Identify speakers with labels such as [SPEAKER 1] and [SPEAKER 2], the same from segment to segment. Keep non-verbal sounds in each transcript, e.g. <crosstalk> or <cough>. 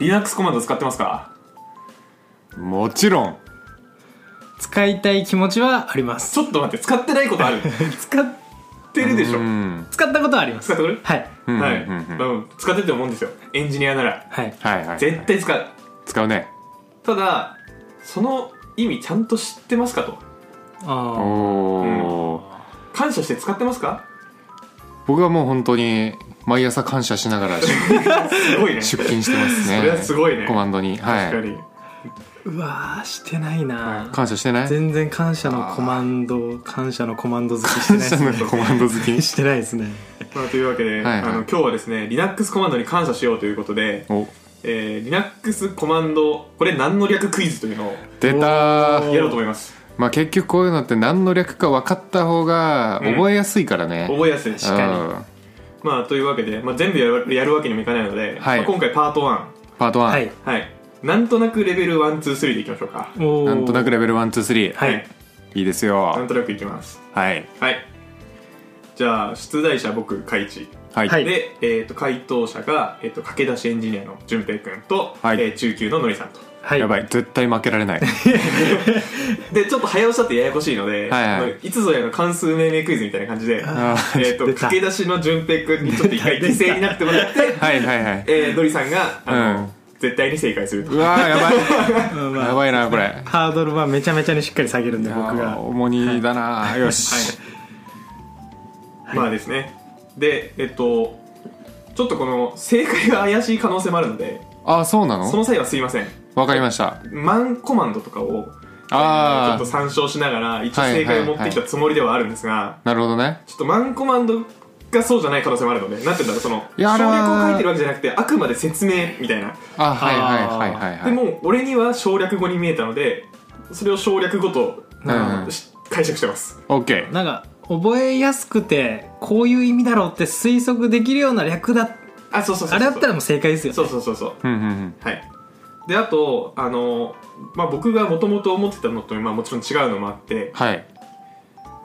[SPEAKER 1] Linux コマンド使ってますか
[SPEAKER 2] もちろん
[SPEAKER 3] 使いたい気持ちはあります
[SPEAKER 1] <laughs> ちょっと待って使ってないことある
[SPEAKER 3] 使っ
[SPEAKER 1] 使ってるでしょ、
[SPEAKER 2] うん
[SPEAKER 3] 使ったことはありま
[SPEAKER 1] 使
[SPEAKER 3] す
[SPEAKER 1] ってくれる
[SPEAKER 3] はい
[SPEAKER 2] うん
[SPEAKER 1] はい、
[SPEAKER 2] うんうんうん
[SPEAKER 1] うん使ってて思うんですよエンジニアなら
[SPEAKER 3] はい
[SPEAKER 2] はいはいはい
[SPEAKER 1] 絶対使う、
[SPEAKER 2] 使うね
[SPEAKER 1] ただその意味ちゃんと知ってますかと
[SPEAKER 2] お
[SPEAKER 3] あ
[SPEAKER 2] おー、
[SPEAKER 1] 感謝して使ってますか
[SPEAKER 2] 僕はもう本当に毎朝感謝しながら
[SPEAKER 1] <laughs>
[SPEAKER 2] 出
[SPEAKER 1] すごいね
[SPEAKER 2] 出勤してますね
[SPEAKER 1] それはすごいね
[SPEAKER 2] コマンドには
[SPEAKER 1] 確か
[SPEAKER 2] い
[SPEAKER 1] に
[SPEAKER 3] ーうわーしてないな
[SPEAKER 2] 感謝してない
[SPEAKER 3] 全然感謝のコマンド感謝のコマンド好きしてない
[SPEAKER 2] 感謝
[SPEAKER 3] です
[SPEAKER 2] <laughs>
[SPEAKER 3] ね
[SPEAKER 2] のコマンド好き
[SPEAKER 3] してないですね
[SPEAKER 1] まあ、というわけで、
[SPEAKER 2] はいはい
[SPEAKER 1] あの今日はですね Linux コマンドに感謝しようということで、
[SPEAKER 2] お
[SPEAKER 1] えー、Linux コマンドこれ何の略クイズというのを
[SPEAKER 2] 出た
[SPEAKER 3] お
[SPEAKER 2] ー
[SPEAKER 3] ー
[SPEAKER 1] やろうと思います
[SPEAKER 2] まあ結局こういうのって何の略か分かった方が
[SPEAKER 1] うん
[SPEAKER 2] 覚えやすいからね、
[SPEAKER 1] 覚えやすいし
[SPEAKER 3] 確かに
[SPEAKER 2] うん
[SPEAKER 1] まあというわけで、まあ、全部やるやるわけにもいかないので、
[SPEAKER 2] はい
[SPEAKER 1] まあ今回パート1
[SPEAKER 2] パート1、
[SPEAKER 3] はい
[SPEAKER 1] はいなんとなくレベル123でいきましょうか
[SPEAKER 3] おー
[SPEAKER 2] なんとなくレベル123、
[SPEAKER 3] はい
[SPEAKER 2] いいです
[SPEAKER 1] なん
[SPEAKER 2] よ
[SPEAKER 1] となくいきます
[SPEAKER 2] はい
[SPEAKER 1] はいじゃあ出題者僕カイチ
[SPEAKER 2] はい、
[SPEAKER 3] はい
[SPEAKER 1] で、えー、と回答者が、えー、と駆け出しエンジニアの淳平君と、
[SPEAKER 2] はい
[SPEAKER 1] えー中級ののりさんと
[SPEAKER 3] はい
[SPEAKER 2] やば
[SPEAKER 3] い
[SPEAKER 2] い絶対負けられない
[SPEAKER 1] でちょっと早押しだってややこしいので、
[SPEAKER 2] はいはい
[SPEAKER 1] あのいつぞやの関数命名クイズみたいな感じで
[SPEAKER 2] あー
[SPEAKER 1] えー、と
[SPEAKER 3] 出た
[SPEAKER 1] 駆け出しの淳平君にちょっと一回犠
[SPEAKER 3] 出た
[SPEAKER 1] 牲になってもらって、
[SPEAKER 2] はいはいはい
[SPEAKER 1] <laughs> えー、のりさんがあの、
[SPEAKER 2] うん
[SPEAKER 1] 絶対に正解すると
[SPEAKER 2] うわーやばい
[SPEAKER 3] うんまあ
[SPEAKER 2] やばいなこれ
[SPEAKER 3] ハードルはめちゃめちゃにしっかり下げるんで僕
[SPEAKER 2] あー
[SPEAKER 3] が
[SPEAKER 2] 重荷だな、よし、
[SPEAKER 1] まあですねでえっ、とちょっとこの正解が怪しい可能性もあるので
[SPEAKER 2] ああそうな
[SPEAKER 1] その
[SPEAKER 2] の
[SPEAKER 1] 際はすいません
[SPEAKER 2] わかりました
[SPEAKER 1] マンコマンドとかをちょっ
[SPEAKER 2] あ
[SPEAKER 1] と
[SPEAKER 2] あ
[SPEAKER 1] 参照しながら一応正解を持ってきたつもりではあるんですが、
[SPEAKER 2] なるほどね
[SPEAKER 1] ちょっとマンコマンドがそうじゃない可能性もあるのでなんて言うんだろうその
[SPEAKER 2] いやあ
[SPEAKER 1] 省
[SPEAKER 2] れは
[SPEAKER 1] 略を書いてるわけじゃなくてあくまで説明みたいな
[SPEAKER 2] あはいはいはいはいはい
[SPEAKER 1] でも俺には省略語に見えたのでそれを省略語と
[SPEAKER 2] うん
[SPEAKER 1] し解釈してます
[SPEAKER 2] オッケー
[SPEAKER 3] なんか覚えやすくてこういう意味だろうって推測できるような略だ
[SPEAKER 1] あそうそうそうそう
[SPEAKER 3] あれだったらもう正解ですよ
[SPEAKER 1] そうそうそうそう
[SPEAKER 2] うんうんうん
[SPEAKER 1] はいであとあの、まあ、僕がもともと思ってたのと、まあ、もちろん違うのもあって
[SPEAKER 2] はい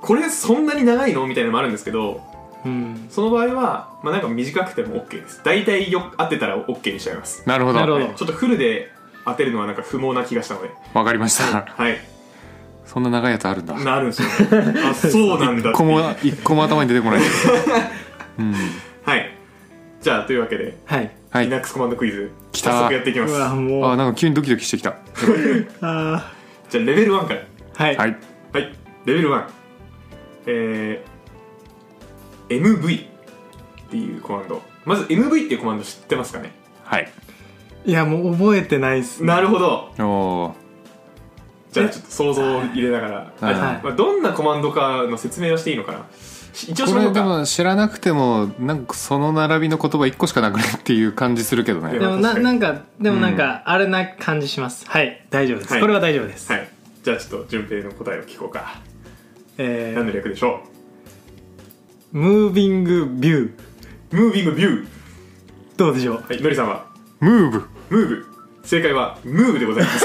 [SPEAKER 1] これそんなに長いのみたいなのもあるんですけど
[SPEAKER 3] うん
[SPEAKER 1] その場合は、まあ、なんか短くても OK です大体よ当てたら OK にしちゃいます
[SPEAKER 2] なるほど
[SPEAKER 3] なるほど
[SPEAKER 1] はいちょっとフルで当てるのはなんか不毛な気がしたので
[SPEAKER 2] わかりました
[SPEAKER 1] はい
[SPEAKER 2] <laughs> そんな長いやつあるんだ
[SPEAKER 1] なるんですよあそうなんだ
[SPEAKER 2] 一個も一個も頭に出てこないうん
[SPEAKER 1] はいじゃあというわけで
[SPEAKER 3] はい
[SPEAKER 2] はい
[SPEAKER 1] Linux コマンドクイズ
[SPEAKER 2] 来た
[SPEAKER 1] 早速やっていきま
[SPEAKER 3] う
[SPEAKER 1] す
[SPEAKER 3] わ
[SPEAKER 2] あ
[SPEAKER 3] も
[SPEAKER 2] ー
[SPEAKER 3] う
[SPEAKER 2] なんか急にドキドキしてきた
[SPEAKER 3] あ
[SPEAKER 1] じゃあレベル1から
[SPEAKER 3] ーはい、
[SPEAKER 2] はい
[SPEAKER 1] はいレベル1えー、MV っていうコマンドまず MV っていうコマンド知ってますかね
[SPEAKER 2] はい
[SPEAKER 3] いやもう覚えてないっす
[SPEAKER 1] なるほど
[SPEAKER 2] おお
[SPEAKER 1] じゃあちょっと想像を入れながら、
[SPEAKER 2] はい
[SPEAKER 1] あまあ、どんなコマンドかの説明をしていいのかなし一応し
[SPEAKER 2] こ
[SPEAKER 1] ましょ
[SPEAKER 2] れ
[SPEAKER 1] う
[SPEAKER 2] で
[SPEAKER 1] か
[SPEAKER 2] も知らなくてもなんかその並びの言葉一個しかなくねっていう感じするけど
[SPEAKER 1] で
[SPEAKER 2] ね
[SPEAKER 3] でも
[SPEAKER 1] 確
[SPEAKER 3] な
[SPEAKER 1] かに
[SPEAKER 3] なんかでもなんかあれな感じしますはい大丈夫です、
[SPEAKER 1] はい
[SPEAKER 3] これは大丈夫です、
[SPEAKER 1] はいじゃあちょっと順平の答えを聞こうか
[SPEAKER 3] え
[SPEAKER 1] 何
[SPEAKER 3] ー
[SPEAKER 1] の略でしょ
[SPEAKER 3] ムービングビュー
[SPEAKER 1] うムービングビュー
[SPEAKER 3] どうでしょう
[SPEAKER 1] はいのりさんは
[SPEAKER 2] ムーブ
[SPEAKER 1] ムーブ正解はムーブでございます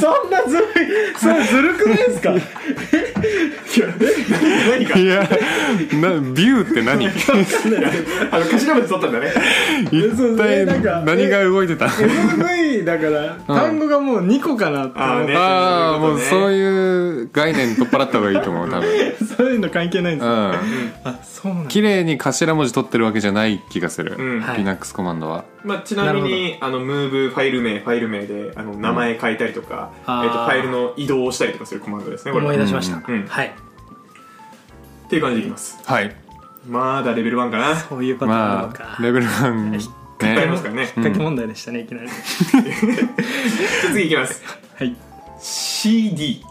[SPEAKER 3] そんなずるいそれずるくない <laughs> ですか
[SPEAKER 1] 何か
[SPEAKER 2] いやなビューって何
[SPEAKER 1] あの頭文字取ったんだね
[SPEAKER 2] 一体
[SPEAKER 3] なんか
[SPEAKER 2] 何が動いてた
[SPEAKER 3] MV だから単語がもう2個かなって
[SPEAKER 1] あ
[SPEAKER 3] 思
[SPEAKER 1] ー
[SPEAKER 3] って、
[SPEAKER 1] ね
[SPEAKER 2] ああもう
[SPEAKER 1] そ
[SPEAKER 2] そうういう概念取っ払った方がいいと思う多分
[SPEAKER 3] <laughs> そういうの関係ないんです、
[SPEAKER 2] うん
[SPEAKER 3] あそうなんだ
[SPEAKER 2] 綺麗に頭文字取ってるわけじゃない気がする、
[SPEAKER 1] うん
[SPEAKER 3] はい
[SPEAKER 2] Linux コマンドは
[SPEAKER 1] まあ、ちなみにあのムーブファイル名ファイル名であの名前変えたりとか、
[SPEAKER 3] あー
[SPEAKER 1] えっとファイルの移動をしたりとかするコマンドですねこれ
[SPEAKER 3] 思い
[SPEAKER 1] は
[SPEAKER 3] 出しました、
[SPEAKER 1] うん
[SPEAKER 3] はい
[SPEAKER 1] っていう感じでいきます
[SPEAKER 2] はい
[SPEAKER 1] まだレベル1かな
[SPEAKER 3] こういうパターンある
[SPEAKER 2] ま
[SPEAKER 3] のか、
[SPEAKER 2] あレベル1
[SPEAKER 1] ありま
[SPEAKER 2] ね
[SPEAKER 1] すからね
[SPEAKER 3] 引っ掛け問題でしたね、いきなり
[SPEAKER 1] じゃあ次いきます
[SPEAKER 3] はい、
[SPEAKER 1] CD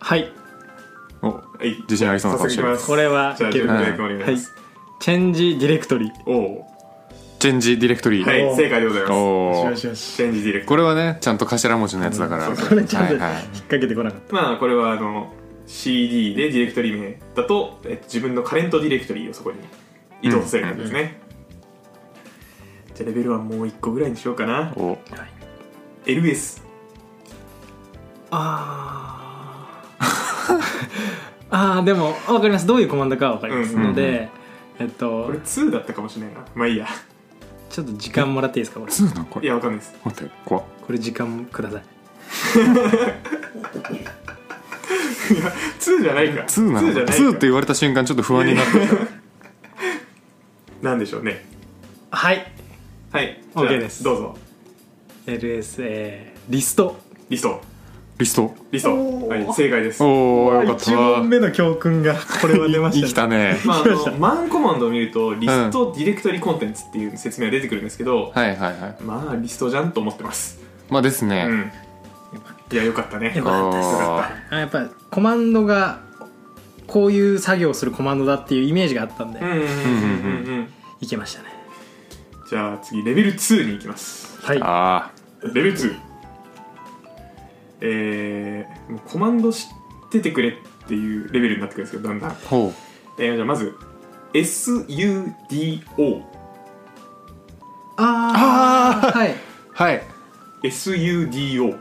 [SPEAKER 3] はい、
[SPEAKER 2] お
[SPEAKER 1] はい
[SPEAKER 2] 自信ありそうな顔してる
[SPEAKER 1] 早速いきます
[SPEAKER 3] これは
[SPEAKER 1] じゃあ
[SPEAKER 3] いける
[SPEAKER 1] 順平君お願いし
[SPEAKER 3] は
[SPEAKER 1] ま
[SPEAKER 3] い
[SPEAKER 1] す、
[SPEAKER 3] チェンジディレクトリー
[SPEAKER 1] おお
[SPEAKER 2] チェンジディレクトリー、
[SPEAKER 1] はい
[SPEAKER 3] おー
[SPEAKER 1] 正解でございます
[SPEAKER 2] お
[SPEAKER 3] よ
[SPEAKER 2] お
[SPEAKER 3] しよし
[SPEAKER 1] チェンジディレクト
[SPEAKER 2] これはねちゃんと頭文字のやつだから、
[SPEAKER 3] これちゃんと
[SPEAKER 2] はい
[SPEAKER 3] 引っ
[SPEAKER 2] はい
[SPEAKER 3] 掛けてこなかっ
[SPEAKER 1] まあこれはあの CD でディレクトリ名だと、えっと、自分のカレントディレクトリをそこに移動させるんですね、じゃあレベルはもう一個ぐらいにしようかな
[SPEAKER 2] お
[SPEAKER 1] LS
[SPEAKER 3] たあー <laughs> あーでも分かりますどういうコマンドかは分かりますので、えっ
[SPEAKER 1] ことれ2だったかもしれないなまあいいや
[SPEAKER 3] ちょっと時間もらっていいですかこれ
[SPEAKER 2] 2なんこ
[SPEAKER 1] い
[SPEAKER 2] れ
[SPEAKER 1] やわかんないです <laughs>
[SPEAKER 2] 待って怖っ
[SPEAKER 3] これ時間ください
[SPEAKER 1] 2じゃないか
[SPEAKER 2] 2なの
[SPEAKER 1] じゃないか
[SPEAKER 2] 2って言われた瞬間ちょっと不安になって
[SPEAKER 1] なんでしょうね
[SPEAKER 3] はい
[SPEAKER 1] はい
[SPEAKER 3] オッケー
[SPEAKER 1] じゃあ
[SPEAKER 3] です
[SPEAKER 1] どうぞ
[SPEAKER 3] LSA リスト
[SPEAKER 1] リスト
[SPEAKER 2] リスト
[SPEAKER 1] リスト、
[SPEAKER 3] お
[SPEAKER 1] は
[SPEAKER 3] ー
[SPEAKER 1] い、正解です
[SPEAKER 2] おおよかった
[SPEAKER 3] 1問目の教訓がこれは出ました
[SPEAKER 2] 生
[SPEAKER 3] <laughs>
[SPEAKER 2] きたね
[SPEAKER 1] まあ、あのマンコマンドを見るとリストディレクトリコンテンツっていう説明が出てくるんですけど、
[SPEAKER 2] はいはいはい
[SPEAKER 1] まあリストじゃんと思ってます
[SPEAKER 2] まあです
[SPEAKER 1] う
[SPEAKER 2] ね
[SPEAKER 1] んいやよかったね
[SPEAKER 3] よかったです
[SPEAKER 2] あー
[SPEAKER 1] よかっ
[SPEAKER 3] あやっぱコマンドがこういう作業をするコマンドだっていうイメージがあったんで、
[SPEAKER 1] たうんうんうんうんうんうん
[SPEAKER 3] いけましたね
[SPEAKER 1] じゃあ次レベル2に行きます
[SPEAKER 3] はい
[SPEAKER 2] あ
[SPEAKER 1] レベル2えー、もうコマンド知っててくれっていうレベルになってくるんですけどだんだん
[SPEAKER 2] あ、ほ
[SPEAKER 1] えー、じゃあまず SUDO
[SPEAKER 3] ああはい、
[SPEAKER 2] うはい
[SPEAKER 1] SUDO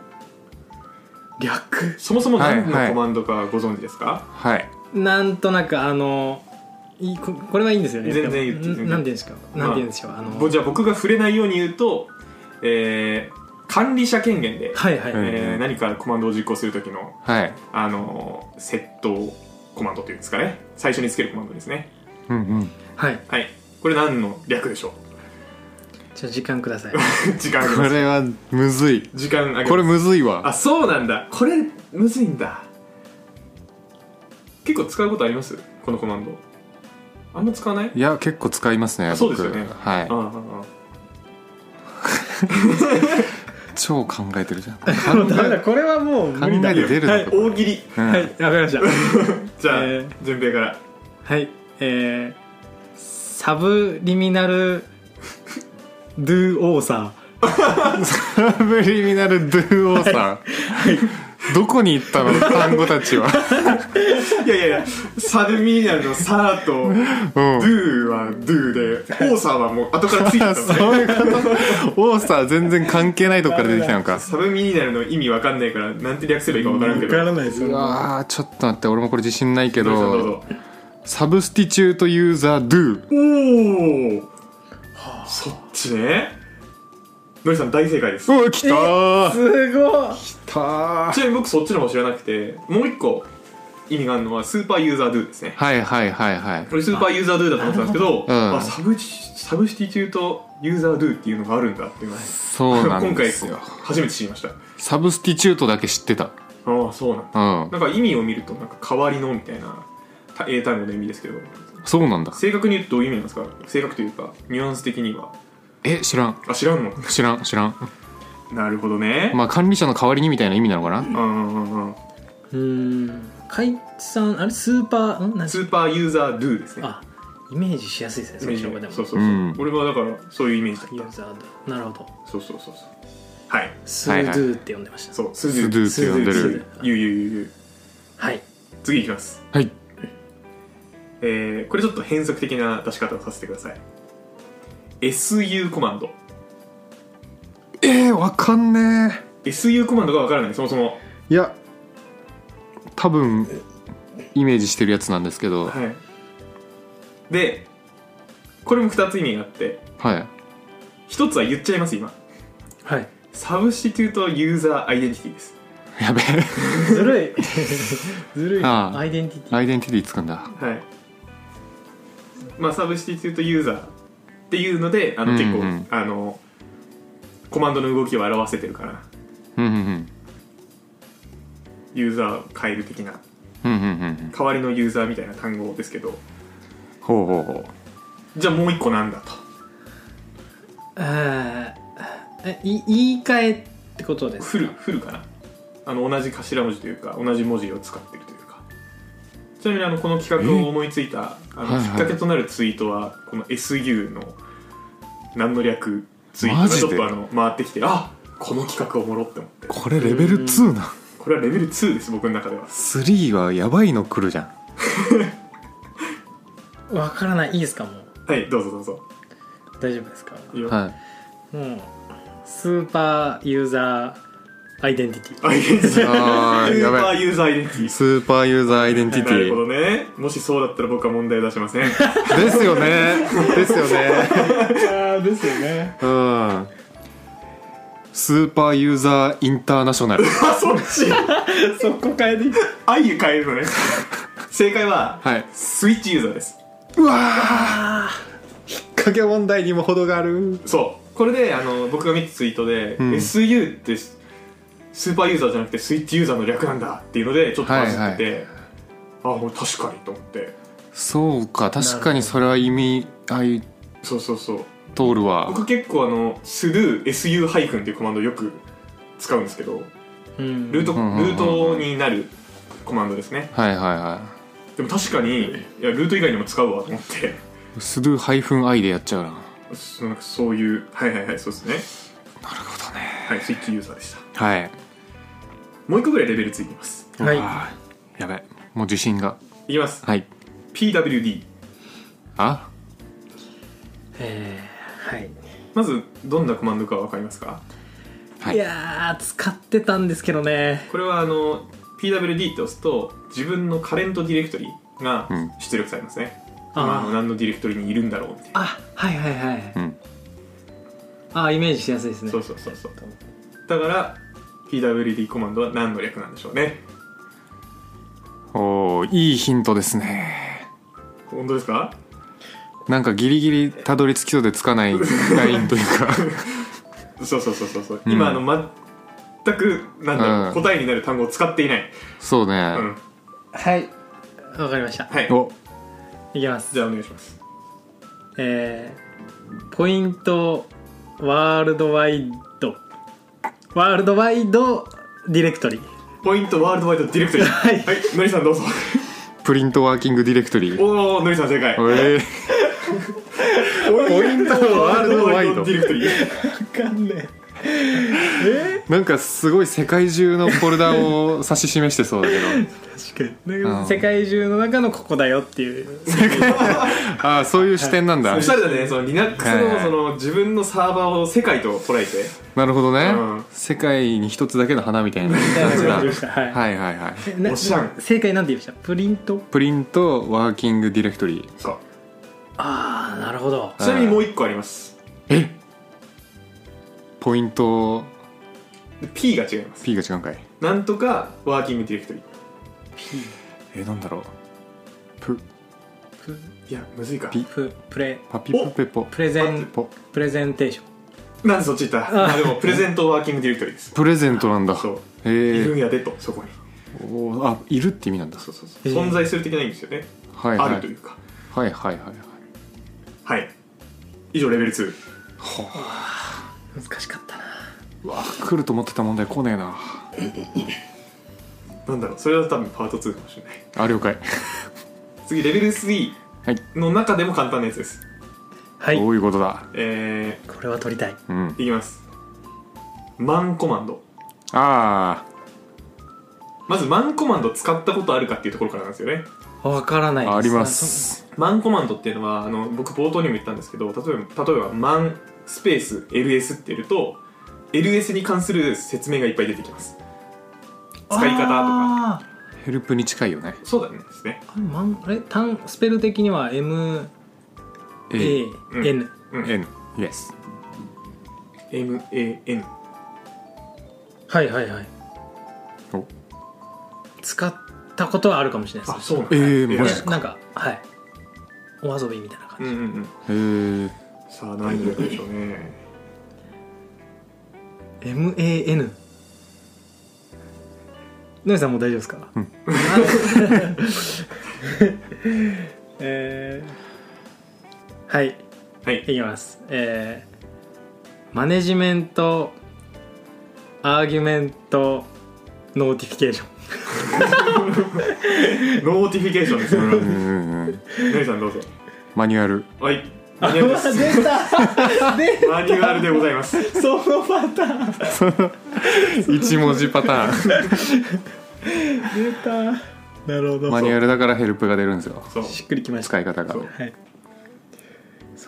[SPEAKER 3] 略
[SPEAKER 1] そもそも何
[SPEAKER 2] はいは
[SPEAKER 1] の
[SPEAKER 2] い
[SPEAKER 1] コマンドかご存知ですか、
[SPEAKER 2] はい
[SPEAKER 3] なんとなくあのいいここれはいいんですよね
[SPEAKER 1] 全然言って
[SPEAKER 3] で
[SPEAKER 1] 全
[SPEAKER 3] も
[SPEAKER 1] 然
[SPEAKER 3] んなんて言うんですかなんて言うんでしょうあの
[SPEAKER 1] ぼじゃあ僕が触れないように言うと、えー管理者権限で、
[SPEAKER 3] はいはい、
[SPEAKER 2] うん
[SPEAKER 1] えー何かコマンドを実行する時の、
[SPEAKER 2] はい
[SPEAKER 1] あのー、セットコマンドというんですかね最初につけるコマンドですね
[SPEAKER 2] うんうん
[SPEAKER 3] はい
[SPEAKER 1] はいこれ何の略でしょ
[SPEAKER 3] じゃあ時間ください
[SPEAKER 1] う <laughs> 時間あげ
[SPEAKER 2] こ
[SPEAKER 1] ます
[SPEAKER 2] れはむずい
[SPEAKER 1] 時間あげます
[SPEAKER 2] これむずいわ
[SPEAKER 1] あそうなんだこれむずいんだ結構使うことありますこのコマンドあんま使わない
[SPEAKER 2] いや結構使いますね
[SPEAKER 1] あ
[SPEAKER 2] 僕
[SPEAKER 1] そうですよね
[SPEAKER 2] はい
[SPEAKER 1] ああああ
[SPEAKER 2] 超考えてる
[SPEAKER 1] <laughs>
[SPEAKER 2] じゃん
[SPEAKER 3] もう <laughs> ダメだこれはもう
[SPEAKER 2] 考
[SPEAKER 3] 無理だ
[SPEAKER 2] えて出る
[SPEAKER 3] は
[SPEAKER 2] ないこれ
[SPEAKER 1] 大喜利
[SPEAKER 2] うん
[SPEAKER 3] はいわかりました
[SPEAKER 1] じゃあ、
[SPEAKER 3] え
[SPEAKER 1] 順平から
[SPEAKER 3] <laughs> はいえー、サブリミナルドゥオーサ
[SPEAKER 2] サブリミナルドゥオーさん、どこに行ったの単語たちは
[SPEAKER 1] いやいやいやサルミーニャルのサーと
[SPEAKER 2] うん
[SPEAKER 1] ドゥはドゥでオーサーはもう後からついてた
[SPEAKER 2] あ
[SPEAKER 1] の
[SPEAKER 2] そ
[SPEAKER 1] ね
[SPEAKER 2] <laughs> ういうことオーサー全然関係ないとこから出てきたのか
[SPEAKER 1] サブミーニャルの意味わかんないからなんて略すればいいかわからんけど
[SPEAKER 3] わからないです
[SPEAKER 2] う
[SPEAKER 3] よ
[SPEAKER 2] わーちょっと待って俺もこれ自信ないけ
[SPEAKER 1] どうぞどう
[SPEAKER 2] ど
[SPEAKER 1] ぞ
[SPEAKER 2] サブスティチュートユーザード
[SPEAKER 1] お
[SPEAKER 2] ゥ
[SPEAKER 1] お、そっちねのりさん大正解です
[SPEAKER 2] うわきたー
[SPEAKER 3] すごい
[SPEAKER 2] きたー
[SPEAKER 1] ちなみに僕そっちの方知らなくてもう一個意味があるのはスーパーユーザードゥですね
[SPEAKER 2] はいはいはいはい
[SPEAKER 1] これスーパーユーザードゥだと思ってたんですけど
[SPEAKER 2] なるほどうん
[SPEAKER 1] あサブサブスティチュートユーザードゥっていうのがあるんだっていうのは
[SPEAKER 2] そうなん
[SPEAKER 1] 今回
[SPEAKER 2] ですよ
[SPEAKER 1] 初めて知りました
[SPEAKER 2] サブスティチュートだけ知ってた
[SPEAKER 1] ああそうなんだ
[SPEAKER 2] うん
[SPEAKER 1] なんか意味を見るとなんか代わりのみたいなた英単語の意味ですけど
[SPEAKER 2] そうなんだ
[SPEAKER 1] 正確に言うとどういう意味なんですか正確というかニュアンス的には
[SPEAKER 2] え知らん
[SPEAKER 1] あ知らんの
[SPEAKER 2] 知らん知らん
[SPEAKER 1] なるほどね、
[SPEAKER 2] まあ管理者の代わりにみたいな意味なのかな
[SPEAKER 1] うんうんうん
[SPEAKER 3] うーん解散あれスーパーんなん
[SPEAKER 1] スーパーユーザードゥですね
[SPEAKER 3] あイメージしやすいですねそっちの方がでも
[SPEAKER 1] そうそうそう、
[SPEAKER 2] うん
[SPEAKER 1] 俺はだからそういうイメージだっ
[SPEAKER 3] ユーザードなるほど
[SPEAKER 1] たそうそうそうそうはい
[SPEAKER 3] スードゥって呼んでました
[SPEAKER 1] そうス
[SPEAKER 2] スドゥって呼んで
[SPEAKER 1] ス
[SPEAKER 2] る
[SPEAKER 1] ズゆうゆうゆうゆう
[SPEAKER 3] はい
[SPEAKER 1] 次いきます
[SPEAKER 2] はい
[SPEAKER 1] えー、これちょっと変則的な出し方をさせてください SU コマンド
[SPEAKER 2] えー、わかんね
[SPEAKER 1] SU コマンドがわからないそもそも
[SPEAKER 2] えいや多分イメージしてるやつなんですけどはい、
[SPEAKER 1] はいでこれも2つ意味があって一つは言っちゃいます今
[SPEAKER 3] はい
[SPEAKER 1] サブスティテュートユーザーアイデンティティです
[SPEAKER 2] やべえ
[SPEAKER 3] ずるい <laughs> ずるい
[SPEAKER 2] ああ
[SPEAKER 3] アイデンティティ
[SPEAKER 2] アイデンティティつくんだ
[SPEAKER 1] はいまあサブスティテュートユーザーっていうのであの
[SPEAKER 2] うんう
[SPEAKER 1] 結
[SPEAKER 2] ん
[SPEAKER 1] 構、あのコマンドの動きを表せてるから
[SPEAKER 2] うんうんうん
[SPEAKER 1] ユーザーを変える的な
[SPEAKER 2] うんうんうんうん
[SPEAKER 1] 代わりのユーザーみたいな単語ですけど
[SPEAKER 2] ほうほうほう
[SPEAKER 1] じゃあもう一個なんだと
[SPEAKER 3] あーえい言い換えってことです
[SPEAKER 1] フルフルかなあの同じ頭文字というか同じ文字を使ってるというかちなみにあのこの企画を思いついたあ
[SPEAKER 2] はい
[SPEAKER 1] の
[SPEAKER 2] は
[SPEAKER 1] き
[SPEAKER 2] い
[SPEAKER 1] っかけとなるツイートはこの SU の何の略ツイート
[SPEAKER 2] マ
[SPEAKER 1] が
[SPEAKER 2] ジ
[SPEAKER 1] ち
[SPEAKER 2] で
[SPEAKER 1] ょっとあの回ってきてあこの企画おもろって思って
[SPEAKER 2] これレベル2な
[SPEAKER 1] これはレベル2です僕の中では
[SPEAKER 2] 3はやばいの来るじゃん
[SPEAKER 3] わからないいいですかもう
[SPEAKER 1] はいどうぞどうぞ
[SPEAKER 3] 大丈夫ですか
[SPEAKER 1] いいよ
[SPEAKER 2] は
[SPEAKER 3] もうスーパーユーザアイデンティティ
[SPEAKER 1] アイデンティティ
[SPEAKER 2] あー
[SPEAKER 1] ス
[SPEAKER 2] や
[SPEAKER 1] ーパ
[SPEAKER 2] ば
[SPEAKER 1] ー
[SPEAKER 2] い
[SPEAKER 1] ユーザーアイデンティテ
[SPEAKER 2] スーパーユーザーアイデンティ
[SPEAKER 1] ィ
[SPEAKER 2] テ
[SPEAKER 1] なるほど
[SPEAKER 2] ィ
[SPEAKER 1] ねもしそうだったら僕は問題を出しません
[SPEAKER 2] ですよねですよね
[SPEAKER 3] ああですよね
[SPEAKER 2] うんスーパーユーザーインターナショナル
[SPEAKER 1] あそっ
[SPEAKER 2] <laughs>
[SPEAKER 1] ち
[SPEAKER 3] そこ変えていく
[SPEAKER 1] 愛を変えるのね正解は、
[SPEAKER 2] はい
[SPEAKER 1] スイッチユーザーです
[SPEAKER 2] うわ引っ掛け問題にも程がある
[SPEAKER 1] そうこれであの僕が見たツイートで、
[SPEAKER 2] うん
[SPEAKER 1] SU ってスーパーユーザーじゃなくてスイッチユーザーの略なんだっていうのでちょっとバズってて、あもう確かにと思って
[SPEAKER 2] そうか確かにそれは意味合い
[SPEAKER 1] そうそうそう
[SPEAKER 2] 通るわ
[SPEAKER 1] 僕結構あの「スルー SU- ハイフンっていうコマンドをよく使うんですけど
[SPEAKER 3] うん
[SPEAKER 1] ルート
[SPEAKER 2] う
[SPEAKER 1] ル
[SPEAKER 2] んうんうんうん
[SPEAKER 1] ートになるコマンドですね
[SPEAKER 2] はいはいは
[SPEAKER 1] でも確かにいやルート以外にも使うわと思って
[SPEAKER 2] いスルーハイフン I でやっちゃうな
[SPEAKER 1] そなんかそういうはいはいはいそうですね
[SPEAKER 2] なるほどね
[SPEAKER 1] はいスイッチユーザーでした
[SPEAKER 2] はい
[SPEAKER 1] もう一個ぐらいレベルついてます
[SPEAKER 3] はいう
[SPEAKER 2] わやばいもう自信が
[SPEAKER 1] いきます
[SPEAKER 2] はい
[SPEAKER 1] PWD
[SPEAKER 2] あ
[SPEAKER 3] えーはい
[SPEAKER 1] まずどんなコマンドか分かりますか
[SPEAKER 2] はい
[SPEAKER 3] いやー使ってたんですけどね
[SPEAKER 1] これはあの PWD って押すと自分のカレントディレクトリが
[SPEAKER 2] うん
[SPEAKER 1] 出力されますね、
[SPEAKER 3] あー
[SPEAKER 1] 今あの何のディレクトリにいるんだろうみたいな
[SPEAKER 3] あはいはいはい
[SPEAKER 2] うん
[SPEAKER 3] あーイメージしやすいですね
[SPEAKER 1] そうそうそうそうだから PWD コマンドは何の略なんでしょうね
[SPEAKER 2] おーいいヒントですね
[SPEAKER 1] 本当ですか
[SPEAKER 2] なんかギリギリたどり着きそうでつかないラインというか
[SPEAKER 1] そうそうそうそうそう、
[SPEAKER 2] うん
[SPEAKER 1] 今あの全くなんだろう、
[SPEAKER 2] うん
[SPEAKER 1] 答えになる単語を使っていない、
[SPEAKER 2] そうね、
[SPEAKER 1] うん、
[SPEAKER 3] はいわかりました
[SPEAKER 1] はい
[SPEAKER 2] お
[SPEAKER 3] いきます
[SPEAKER 1] じゃあお願いします
[SPEAKER 3] えーポイントワールドワイドワールドワイドディレクトリ
[SPEAKER 1] ポイントワールドワイドディレクトリ
[SPEAKER 3] はい
[SPEAKER 1] はいのりさんどうぞ
[SPEAKER 2] プリントワーキングディレクトリー
[SPEAKER 1] おおのりさん正解
[SPEAKER 2] おえー
[SPEAKER 1] ポイント
[SPEAKER 2] ワールドワイド
[SPEAKER 1] ディレクトリ
[SPEAKER 3] わかんね
[SPEAKER 2] なんかすごい世界中のフォルダを指し示してそうだけど
[SPEAKER 3] 確かに
[SPEAKER 2] うん
[SPEAKER 3] 世界中の中のここだよっていう
[SPEAKER 2] ああそういう視点なんだ、
[SPEAKER 1] おしゃれだねその Linux
[SPEAKER 2] は
[SPEAKER 1] の
[SPEAKER 2] い
[SPEAKER 1] その自分のサーバーを世界と捉えて
[SPEAKER 2] なるほどね、
[SPEAKER 1] うん
[SPEAKER 2] 世界に一つだけの花みたいな
[SPEAKER 3] みたいな
[SPEAKER 2] 感じだ
[SPEAKER 3] 感じでしたはい
[SPEAKER 2] はいはいはい
[SPEAKER 3] えな
[SPEAKER 1] おっしゃん
[SPEAKER 3] 正解なんて言いましたプリント
[SPEAKER 2] プリントワーキングディレクトリー
[SPEAKER 1] そう
[SPEAKER 3] ああなるほど
[SPEAKER 1] ちなみにもう一個あります
[SPEAKER 2] ポイント
[SPEAKER 1] で P が違います
[SPEAKER 2] P が違うんかい
[SPEAKER 1] なんとかワーキングディレクトリ
[SPEAKER 2] えー、なんだろうプ
[SPEAKER 3] プ
[SPEAKER 1] いやむずいか
[SPEAKER 2] ピ
[SPEAKER 3] ププレ
[SPEAKER 2] パピプペポ
[SPEAKER 3] プレゼン
[SPEAKER 2] ポ
[SPEAKER 3] プレゼンテーション
[SPEAKER 1] なんでそっち行った
[SPEAKER 2] <laughs>
[SPEAKER 1] まあでもプレゼントワーキングディレクトリです
[SPEAKER 2] プレゼントなんだ
[SPEAKER 1] そう
[SPEAKER 2] <laughs> え
[SPEAKER 1] い
[SPEAKER 2] ー
[SPEAKER 1] るんやでとそこに
[SPEAKER 2] おーあいるって意味なんだ
[SPEAKER 1] そうそうそう
[SPEAKER 3] えー
[SPEAKER 1] 存在する的ないんですよね
[SPEAKER 2] はいは
[SPEAKER 1] あ
[SPEAKER 2] いは
[SPEAKER 1] る
[SPEAKER 2] い
[SPEAKER 1] というか
[SPEAKER 2] はいはいはい
[SPEAKER 1] はい以上レベル2
[SPEAKER 3] 難しかったな
[SPEAKER 2] うわ来ると思ってた問題来ねえな
[SPEAKER 1] なんだろうそれは多分パート2かもしれない
[SPEAKER 2] あ了解 <laughs>
[SPEAKER 1] 次レベル3
[SPEAKER 2] はい
[SPEAKER 1] の中でも簡単なやつです
[SPEAKER 3] はい
[SPEAKER 2] どういうことだ
[SPEAKER 1] え
[SPEAKER 3] これは取りたい
[SPEAKER 2] うん
[SPEAKER 1] ー、いきますマンコマンド
[SPEAKER 2] あ
[SPEAKER 1] まずマンコマンド使ったことあるかっていうところからなんですよね
[SPEAKER 3] わからないで
[SPEAKER 2] ああります
[SPEAKER 1] マンコマンドっていうのはあの僕冒頭にも言ったんですけど例えば例えばマンスペース LS って入れると LS に関する説明がいっぱい出てきます
[SPEAKER 3] あ
[SPEAKER 1] 使い方とか
[SPEAKER 3] あ
[SPEAKER 2] ヘルプに近いよね
[SPEAKER 1] そうだねですね
[SPEAKER 3] ーあれマンあれ単スペル的には MAN、
[SPEAKER 1] うん
[SPEAKER 2] N Yes
[SPEAKER 1] MAN
[SPEAKER 3] はいはいはい
[SPEAKER 2] お
[SPEAKER 3] 使ったことはあるかもしれないで
[SPEAKER 1] あ
[SPEAKER 3] す
[SPEAKER 1] そうなん
[SPEAKER 2] えーマジ
[SPEAKER 1] か
[SPEAKER 3] なんかはいお遊びみたいな
[SPEAKER 1] う
[SPEAKER 3] 感
[SPEAKER 1] ん
[SPEAKER 3] じ、
[SPEAKER 1] うんうん
[SPEAKER 2] えー、
[SPEAKER 1] さあ何の略でしょうね
[SPEAKER 3] MAN ノイさんもう大丈夫ですか、
[SPEAKER 2] うん
[SPEAKER 3] あ <laughs> えーはい
[SPEAKER 1] はい
[SPEAKER 3] いきますえーマネジメントアーギュメントノーティフィケーション
[SPEAKER 1] ノーティフィケーションですよ
[SPEAKER 2] うんうんうん
[SPEAKER 1] のりさんどうぞ
[SPEAKER 2] マニュアル
[SPEAKER 1] はいマニュアル
[SPEAKER 3] <laughs>
[SPEAKER 1] です
[SPEAKER 3] 出た出
[SPEAKER 1] マニュアルでございます
[SPEAKER 3] たそのパターン
[SPEAKER 2] 一文字パター
[SPEAKER 3] 出たなるほ
[SPEAKER 2] ン
[SPEAKER 3] ど
[SPEAKER 2] マニュアルだからヘルプが出るんですよ
[SPEAKER 1] そう
[SPEAKER 3] しっくりきました
[SPEAKER 2] 使い方が
[SPEAKER 1] そう
[SPEAKER 3] はい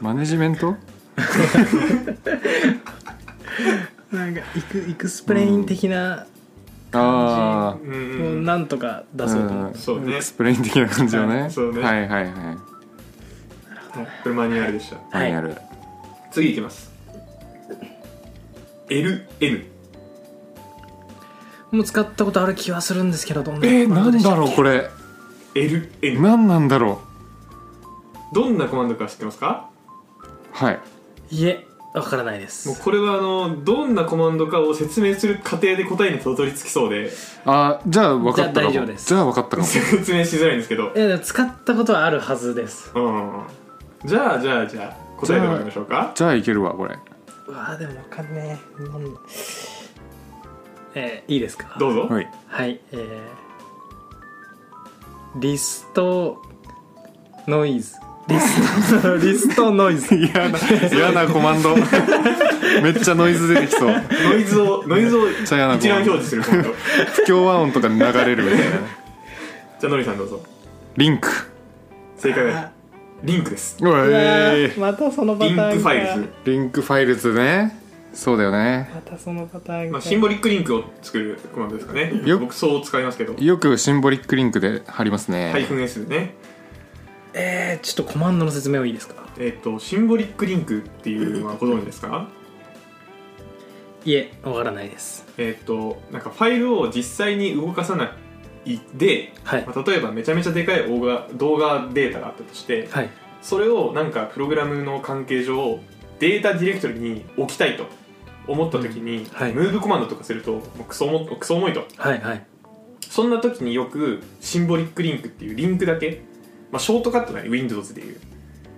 [SPEAKER 2] マネジメント
[SPEAKER 3] あなんかエクエクスプレイン的な、
[SPEAKER 2] あ
[SPEAKER 1] うん
[SPEAKER 3] もう
[SPEAKER 1] うん
[SPEAKER 3] なんとか
[SPEAKER 2] あ
[SPEAKER 3] 出そうと思って、
[SPEAKER 1] そうね
[SPEAKER 2] エクスプレイン的な感じをね,、
[SPEAKER 1] はいそうね
[SPEAKER 2] はいはいはい
[SPEAKER 1] これマニュアルでした
[SPEAKER 2] マニュアル、
[SPEAKER 1] 次いきます LN
[SPEAKER 3] もう使ったことある気はするんですけどどんな
[SPEAKER 2] えー、
[SPEAKER 3] ワー
[SPEAKER 2] な
[SPEAKER 3] ドで
[SPEAKER 2] ん
[SPEAKER 3] したっ
[SPEAKER 2] だ
[SPEAKER 3] け
[SPEAKER 2] ろうこれ
[SPEAKER 1] LN
[SPEAKER 2] 何なんだろ
[SPEAKER 1] どんなコマンドか知ってますか
[SPEAKER 2] うはい
[SPEAKER 3] いえわからないで
[SPEAKER 1] もう
[SPEAKER 3] す
[SPEAKER 1] これはあのどんなコマンドかを説明する過程で答えにたどり着きそうで
[SPEAKER 2] あーじゃあ分かったかも
[SPEAKER 3] じゃあ大丈夫です
[SPEAKER 2] じゃあ分かったか
[SPEAKER 1] <laughs>
[SPEAKER 2] も
[SPEAKER 1] 説明しづらいんですけど
[SPEAKER 3] いやでも使ったことはあるはずです
[SPEAKER 1] うんじゃあじゃあじゃあ答えてもらいましょうか
[SPEAKER 2] じゃあいけるわこれ
[SPEAKER 3] うわーでもわかんねえなんえーいいですか
[SPEAKER 1] どうぞ
[SPEAKER 2] はい
[SPEAKER 3] はいえー、リストノイズリストリストノイズ
[SPEAKER 2] 嫌な嫌なコマンド <laughs> めっちゃノイズ出てきそう
[SPEAKER 1] ノイズをノイズを
[SPEAKER 2] <laughs>
[SPEAKER 1] 一
[SPEAKER 2] ちゃ嫌なコマ
[SPEAKER 1] 覧
[SPEAKER 2] ン
[SPEAKER 1] 表
[SPEAKER 2] ド
[SPEAKER 1] 示するコマンドじ
[SPEAKER 2] 不協和音とか流れるみたいな
[SPEAKER 1] ゃあノリさんどうぞ
[SPEAKER 2] リンク
[SPEAKER 1] 正解はリンクです
[SPEAKER 2] うわ
[SPEAKER 3] うわー
[SPEAKER 2] ー
[SPEAKER 3] またそのパタ
[SPEAKER 1] リン
[SPEAKER 3] ーンか
[SPEAKER 1] クファイルズ
[SPEAKER 2] リンクファイルズねそうだよね
[SPEAKER 3] またそのパターンか、
[SPEAKER 1] まあ、シンボリックリンクを作るコマンドですかね
[SPEAKER 2] よ
[SPEAKER 1] 僕そう使いますけど
[SPEAKER 2] よくシンボリックリンクで貼りますね、
[SPEAKER 1] ハイフン S でね
[SPEAKER 3] えー、ちょっとコマンドの説明をいいですか
[SPEAKER 1] えっ、とシンボリックリンクっていうのはご存知ですか
[SPEAKER 3] いえわからないです
[SPEAKER 1] えっとなんかファイルを実際に動かさないで、
[SPEAKER 3] はい
[SPEAKER 1] まあ、例えばめちゃめちゃでかい動画動画データがあったとして
[SPEAKER 3] はい
[SPEAKER 1] それをなんかプログラムの関係上データディレクトリに置きたいと思った時に、
[SPEAKER 3] はい
[SPEAKER 1] ムーブコマンドとかするともうクソ重クソ重いと
[SPEAKER 3] はいはい
[SPEAKER 1] そんな時によくシンボリックリンクっていうリンクだけ、まあ、ショートカットだね Windows でいう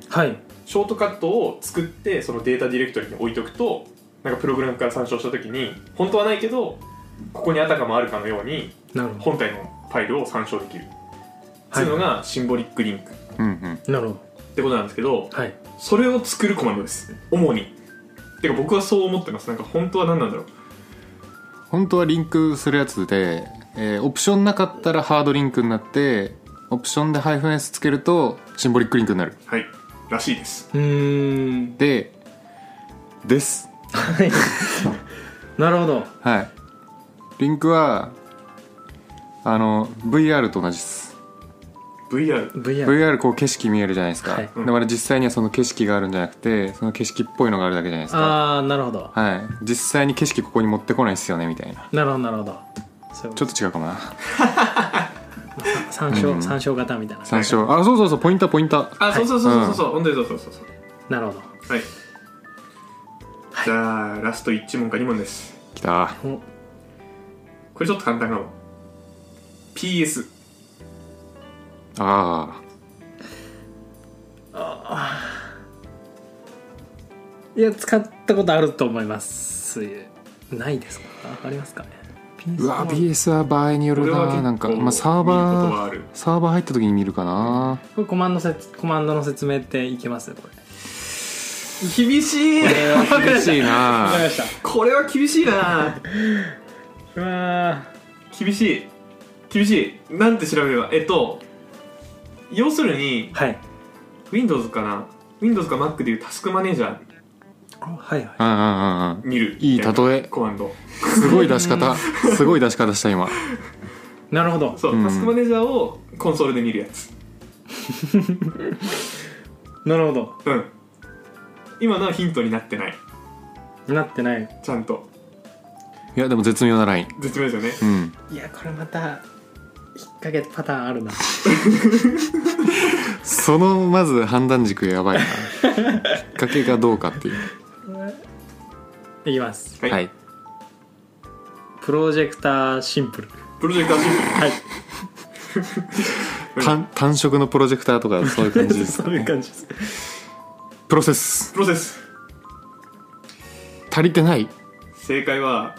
[SPEAKER 3] はい
[SPEAKER 1] ショートカットを作ってそのデータディレクトリに置いとくとなんかプログラムから参照した時に本当はないけどここにあたかもあるかのように
[SPEAKER 3] なるほ
[SPEAKER 1] 本体のファイルを参照できるって
[SPEAKER 3] はい
[SPEAKER 1] いうのがシンボリックリンクっ
[SPEAKER 2] うんうん
[SPEAKER 3] どなるほ
[SPEAKER 1] てことなんですけど
[SPEAKER 3] どはい
[SPEAKER 1] それを作るコマンドです主にてか僕はそう思ってますなんか本当は何なんだろう
[SPEAKER 2] 本当はリンクするやつで、えーオプションなかったらハードリンクになってオプションでハイフン S つけるとシンボリックリンクになる
[SPEAKER 1] はいらしいです
[SPEAKER 3] うーん
[SPEAKER 2] でです
[SPEAKER 3] はい <laughs> なるほど
[SPEAKER 2] はいリンクはあの VR と同じです
[SPEAKER 1] VR
[SPEAKER 3] VR
[SPEAKER 2] VR こう景色見えるじゃないですか、
[SPEAKER 3] はい
[SPEAKER 2] でもあれ実際にはその景色があるんじゃなくてその景色っぽいのがあるだけじゃないですか
[SPEAKER 3] ああなるほど
[SPEAKER 2] はい実際に景色ここに持ってこないっすよねみたいな
[SPEAKER 3] なるほどなるほどそういう
[SPEAKER 2] ちょ
[SPEAKER 3] こ
[SPEAKER 2] っと違うかもなう
[SPEAKER 3] と参照
[SPEAKER 2] ん
[SPEAKER 3] 参照型みたいな
[SPEAKER 2] 参照あそうそうそうポインターポインター
[SPEAKER 1] あ、そうそうそうそう
[SPEAKER 2] う
[SPEAKER 1] そう、本当にそうそうそうそう
[SPEAKER 3] なるほ
[SPEAKER 1] はい、じゃあラスト1問か2問です
[SPEAKER 2] んきた
[SPEAKER 3] どお
[SPEAKER 1] これちょっと簡単かも PS
[SPEAKER 2] あ
[SPEAKER 3] いや使ったことあると思いますないですかありますかね
[SPEAKER 2] ーうわ BS は場合による
[SPEAKER 1] 俺は結
[SPEAKER 2] な
[SPEAKER 1] 構
[SPEAKER 2] なんか、まあ、サーバ
[SPEAKER 1] 見ることはあ
[SPEAKER 2] ー
[SPEAKER 1] る
[SPEAKER 2] サーバー入った時に見るかな
[SPEAKER 3] これコマンドせコマンドの説明っていけますこれ
[SPEAKER 1] 厳しい
[SPEAKER 2] 嬉しいな
[SPEAKER 3] わかりました
[SPEAKER 1] これは厳しいな
[SPEAKER 3] うわ
[SPEAKER 1] 厳しい厳しいなんて調べればえっと要するに
[SPEAKER 3] ーはい
[SPEAKER 1] Windows かな Windows か Mac でいうタスクマネージャー
[SPEAKER 3] はいは
[SPEAKER 2] うんうんう
[SPEAKER 3] い
[SPEAKER 2] んうん
[SPEAKER 1] 見る
[SPEAKER 2] いい例え
[SPEAKER 1] コマンド
[SPEAKER 2] すごい出し方すごい出し方した今
[SPEAKER 3] なるほど
[SPEAKER 1] そう、
[SPEAKER 2] うん
[SPEAKER 1] タスクマネージャーをコンソールで見るやつ
[SPEAKER 3] なるほ
[SPEAKER 1] うん今のはヒントになってない
[SPEAKER 3] どなってない
[SPEAKER 1] ちゃんと
[SPEAKER 2] いやでも絶妙なライン
[SPEAKER 1] 絶妙ですよね
[SPEAKER 2] うん
[SPEAKER 3] いやこれまた引っ掛けパターンあるな
[SPEAKER 2] そのまず判断軸やばいなきっかけがどうかっていう
[SPEAKER 3] いきます
[SPEAKER 1] はい、
[SPEAKER 2] はい
[SPEAKER 3] プロジェクターシンプル
[SPEAKER 1] プロジェクターシンプル
[SPEAKER 3] はい
[SPEAKER 2] 単単色のプロジェクターとかそういう感じです
[SPEAKER 3] そういう感じです
[SPEAKER 2] プロセス
[SPEAKER 1] プロセス
[SPEAKER 2] 足りてない
[SPEAKER 1] 正解は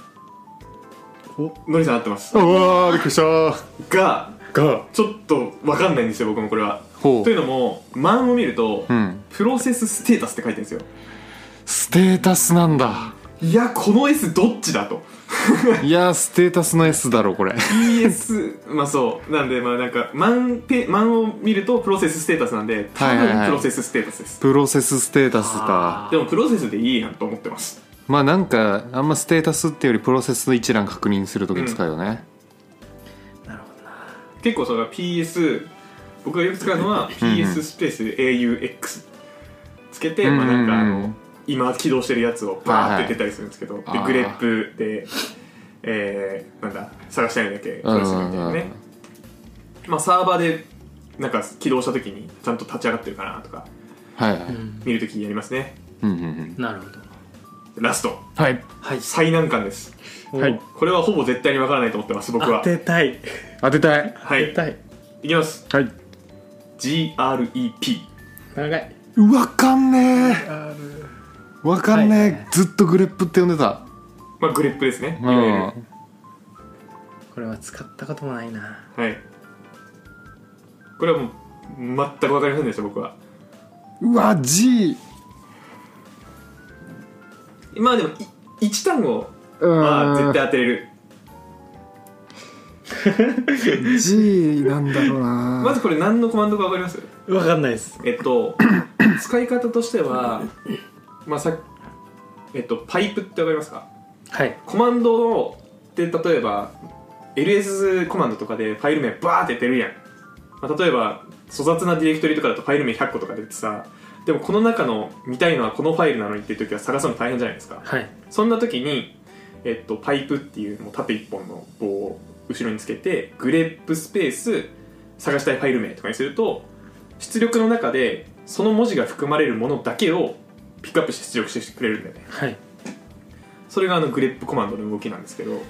[SPEAKER 3] お
[SPEAKER 1] のりさん合ってます
[SPEAKER 2] うわーびっくりした
[SPEAKER 1] が
[SPEAKER 2] が
[SPEAKER 1] ちょっと分かんないんですよ僕もこれは
[SPEAKER 2] ほ
[SPEAKER 1] という
[SPEAKER 2] う
[SPEAKER 1] のも漫を見ると、
[SPEAKER 2] うん
[SPEAKER 1] プロセスステータスって書いてるんですよ
[SPEAKER 2] ステータスなんだ
[SPEAKER 1] いやこの S どっちだと
[SPEAKER 2] いやーステータスの S だろこれ <laughs>
[SPEAKER 1] PS まあそうなんでまあなんか漫ペ漫を見るとプロセスステータスなんで多
[SPEAKER 2] はいはいは
[SPEAKER 1] 分
[SPEAKER 2] い
[SPEAKER 1] プロセスステータスです、
[SPEAKER 2] プロセスステータスか
[SPEAKER 1] でもプロセスでいいやんと思ってます
[SPEAKER 2] まあなんかあんまステータスっていうよりプロセス一覧確認するときに使うよね、
[SPEAKER 3] なるほどな
[SPEAKER 1] 結構その PS 僕がよく使うのは PS スペース AUX つけて、
[SPEAKER 2] うん
[SPEAKER 1] まあなんかあ
[SPEAKER 2] うんう
[SPEAKER 1] の
[SPEAKER 2] ん
[SPEAKER 1] 今起動してるやつをバーって出たりするんですけど、
[SPEAKER 2] はいはい
[SPEAKER 1] でグレップで、えー、なんだ探したいのだけ探するみたいなね、まあ、サーバーでなんか起動した時にちゃんと立ち上がってるかなとか
[SPEAKER 2] はいはい、
[SPEAKER 3] うん
[SPEAKER 1] 見るときやりますね
[SPEAKER 2] うんうんうん、
[SPEAKER 3] なるほど
[SPEAKER 1] ラスト
[SPEAKER 2] はい
[SPEAKER 3] はい
[SPEAKER 1] 最難関です
[SPEAKER 2] はい
[SPEAKER 1] これはほぼ絶対にわからないと思ってます僕
[SPEAKER 3] 当
[SPEAKER 1] は
[SPEAKER 3] てたい
[SPEAKER 2] 当てたい
[SPEAKER 1] は
[SPEAKER 3] 当て
[SPEAKER 1] い
[SPEAKER 3] たい
[SPEAKER 1] いきます
[SPEAKER 2] はい
[SPEAKER 1] GREP
[SPEAKER 3] 長い
[SPEAKER 2] わかんね
[SPEAKER 3] あ
[SPEAKER 2] えわかんねえ、
[SPEAKER 3] はいはい
[SPEAKER 2] ずっとグレップって呼んでた
[SPEAKER 1] まあグレップですねい
[SPEAKER 2] うん
[SPEAKER 1] わゆる
[SPEAKER 3] これは使ったこともないな
[SPEAKER 1] はいこれはもう全くわかりませんでした僕は
[SPEAKER 2] うわ G
[SPEAKER 1] まあでも1単語
[SPEAKER 2] あ
[SPEAKER 1] は絶対当てれる
[SPEAKER 2] G なんだろうな
[SPEAKER 1] まずこれ何のコマンドかわかります
[SPEAKER 3] わかんないです
[SPEAKER 1] えっと使い方としてはまあさえっとパイプってわかりますか
[SPEAKER 3] はい
[SPEAKER 1] コマンドをで例えば LS コマンドとかでファイル名バーって出るやん、まあ、例えば粗雑なディレクトリとかだとファイル名100個とか出てさでもこの中の見たいのはこのファイルなのにっていう時は探すの大変じゃないですか
[SPEAKER 3] はい
[SPEAKER 1] そんな時に、えっと、パイプっていうもう縦1本の棒を後ろにつけてグレップスペース探したいファイル名とかにすると出力の中でその文字が含まれるものだけをピックアップして出力してくれるんだよね
[SPEAKER 3] はい
[SPEAKER 1] それがあのグレップコマンドの動きなんですけど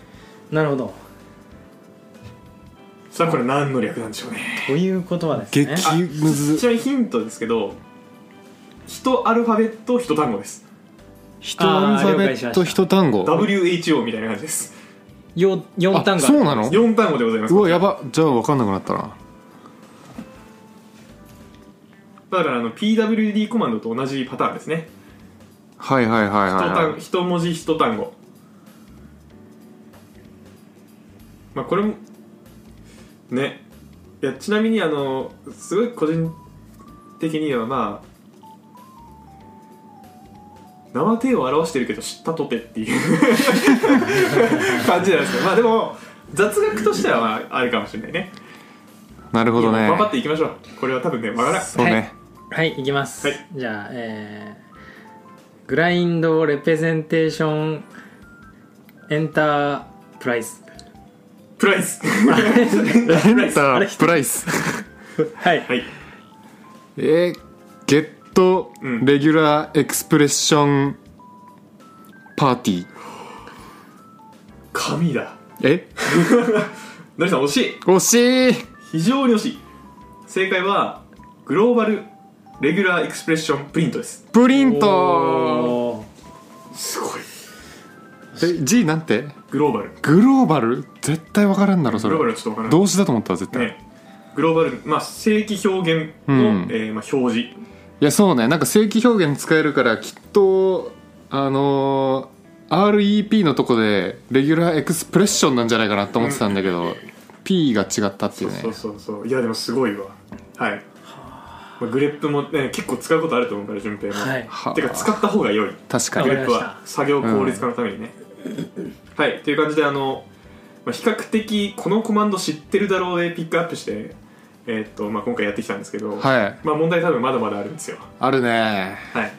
[SPEAKER 3] なるほど
[SPEAKER 1] さあこれ何の略なんでしょうね
[SPEAKER 3] ということはです
[SPEAKER 2] 激
[SPEAKER 3] ね
[SPEAKER 2] ムズ
[SPEAKER 1] ちなみにヒントですけど一アルファベット一単語です
[SPEAKER 2] 一アルファベット一単語
[SPEAKER 1] WHO みたいな感じです
[SPEAKER 3] よ4単
[SPEAKER 2] あ
[SPEAKER 3] が
[SPEAKER 2] そうなの
[SPEAKER 1] 4単語でございます
[SPEAKER 2] うわやばじゃあ分かんなくなったな
[SPEAKER 1] だからあの PWD コマンドと同じパターンですね
[SPEAKER 2] はいはいはい
[SPEAKER 1] 一
[SPEAKER 2] はい、
[SPEAKER 1] 単
[SPEAKER 2] はい、
[SPEAKER 1] 一文字一単語まあこれもねいやちなみにあのすごい個人的にはまあ生手を表してるけど知ったとてっていう感じなんですけどまあでも雑学としてはまああるかもしれないね
[SPEAKER 2] なるほどね
[SPEAKER 1] 頑張っていきましょうこれは多分ねわからない
[SPEAKER 2] そう <laughs> ね、
[SPEAKER 3] はいいきます、
[SPEAKER 1] はい
[SPEAKER 3] じゃあえー、グラインドレペゼンテーションエンタープライズ
[SPEAKER 1] プライス
[SPEAKER 2] エンタープライス
[SPEAKER 3] はい、
[SPEAKER 1] はい
[SPEAKER 2] えーゲット
[SPEAKER 1] うん
[SPEAKER 2] レギュラーエクスプレッションパーティー
[SPEAKER 1] 神だ
[SPEAKER 2] え
[SPEAKER 1] のりさん惜しい
[SPEAKER 2] 惜しい
[SPEAKER 1] 非常に惜しい正解はグローバルレギュラーエクスプレッションプリントです
[SPEAKER 2] プリント
[SPEAKER 3] おー
[SPEAKER 1] すごい
[SPEAKER 2] え G なんて
[SPEAKER 1] グローバル
[SPEAKER 2] グローバル絶対分からんだろそ
[SPEAKER 1] グローバル
[SPEAKER 2] れ
[SPEAKER 1] はちょっとわからない
[SPEAKER 2] 動詞だと思ったわ絶対、
[SPEAKER 1] ねグローバルまあ正規表現の、
[SPEAKER 2] うん
[SPEAKER 1] えーまあ、表示
[SPEAKER 2] いやそうねなんか正規表現使えるからきっとあのー REP のとこでレギュラーエクスプレッションなんじゃないかなと思ってたんだけど、P が違ったっていうね
[SPEAKER 1] そうそうそういやでもすごいわはい、まあ、グレップも、ね、結構使うことあると思うから順平も、
[SPEAKER 3] はい
[SPEAKER 2] はあ
[SPEAKER 1] てか使った方が良い
[SPEAKER 2] 確か
[SPEAKER 1] グ
[SPEAKER 2] に
[SPEAKER 1] レップは作業効率化のためにね、はいという感じであの、まあ、比較的このコマンド知ってるだろうでピックアップしてえーっとまあ、今回やってきたんですけど、
[SPEAKER 2] はい
[SPEAKER 1] まあ問題多分まだまだあるんですよ
[SPEAKER 2] あるね
[SPEAKER 1] はい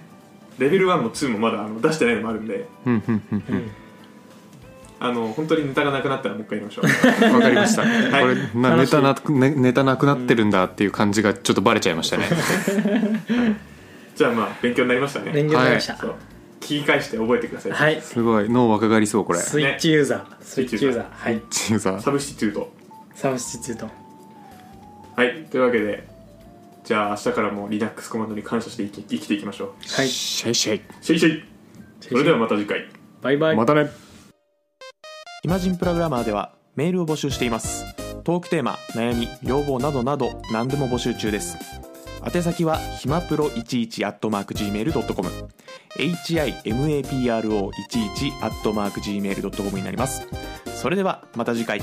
[SPEAKER 1] レベル1も2もまだあの出してないのもあるんで
[SPEAKER 2] うんうんうん
[SPEAKER 1] あの本当にネタがなくなったらもう一回やりましょう
[SPEAKER 2] うんわかりました、これな
[SPEAKER 3] 楽
[SPEAKER 2] ネ
[SPEAKER 3] しい
[SPEAKER 2] タなく、ね、ネタなくなってるんだっていう感じがちょっとバレちゃいましたね
[SPEAKER 1] じゃあまあ勉強になりましたね
[SPEAKER 3] 勉強になりました、
[SPEAKER 1] そう聞き返して覚えてください、
[SPEAKER 3] はい
[SPEAKER 2] すごい脳若返りそうこれ
[SPEAKER 3] スイッチユーザー、スイッチユーザーはい
[SPEAKER 2] チーザ
[SPEAKER 1] サブシチュート
[SPEAKER 3] サブスチュート
[SPEAKER 1] はいというわけでじゃあ明日からも Linux コマンドに感謝して生き生きていきましょう
[SPEAKER 3] はい
[SPEAKER 2] シェイシェイ
[SPEAKER 1] シェイシェイそれではまた次回
[SPEAKER 3] バイバイ
[SPEAKER 2] またね
[SPEAKER 4] イマジンプログラマーではメールを募集していますトークテーマ悩み要望などなど何でも募集中です宛先はひまプロ11 at mark gmail.com himapro11 at mark gmail.com になりますそれではまた次回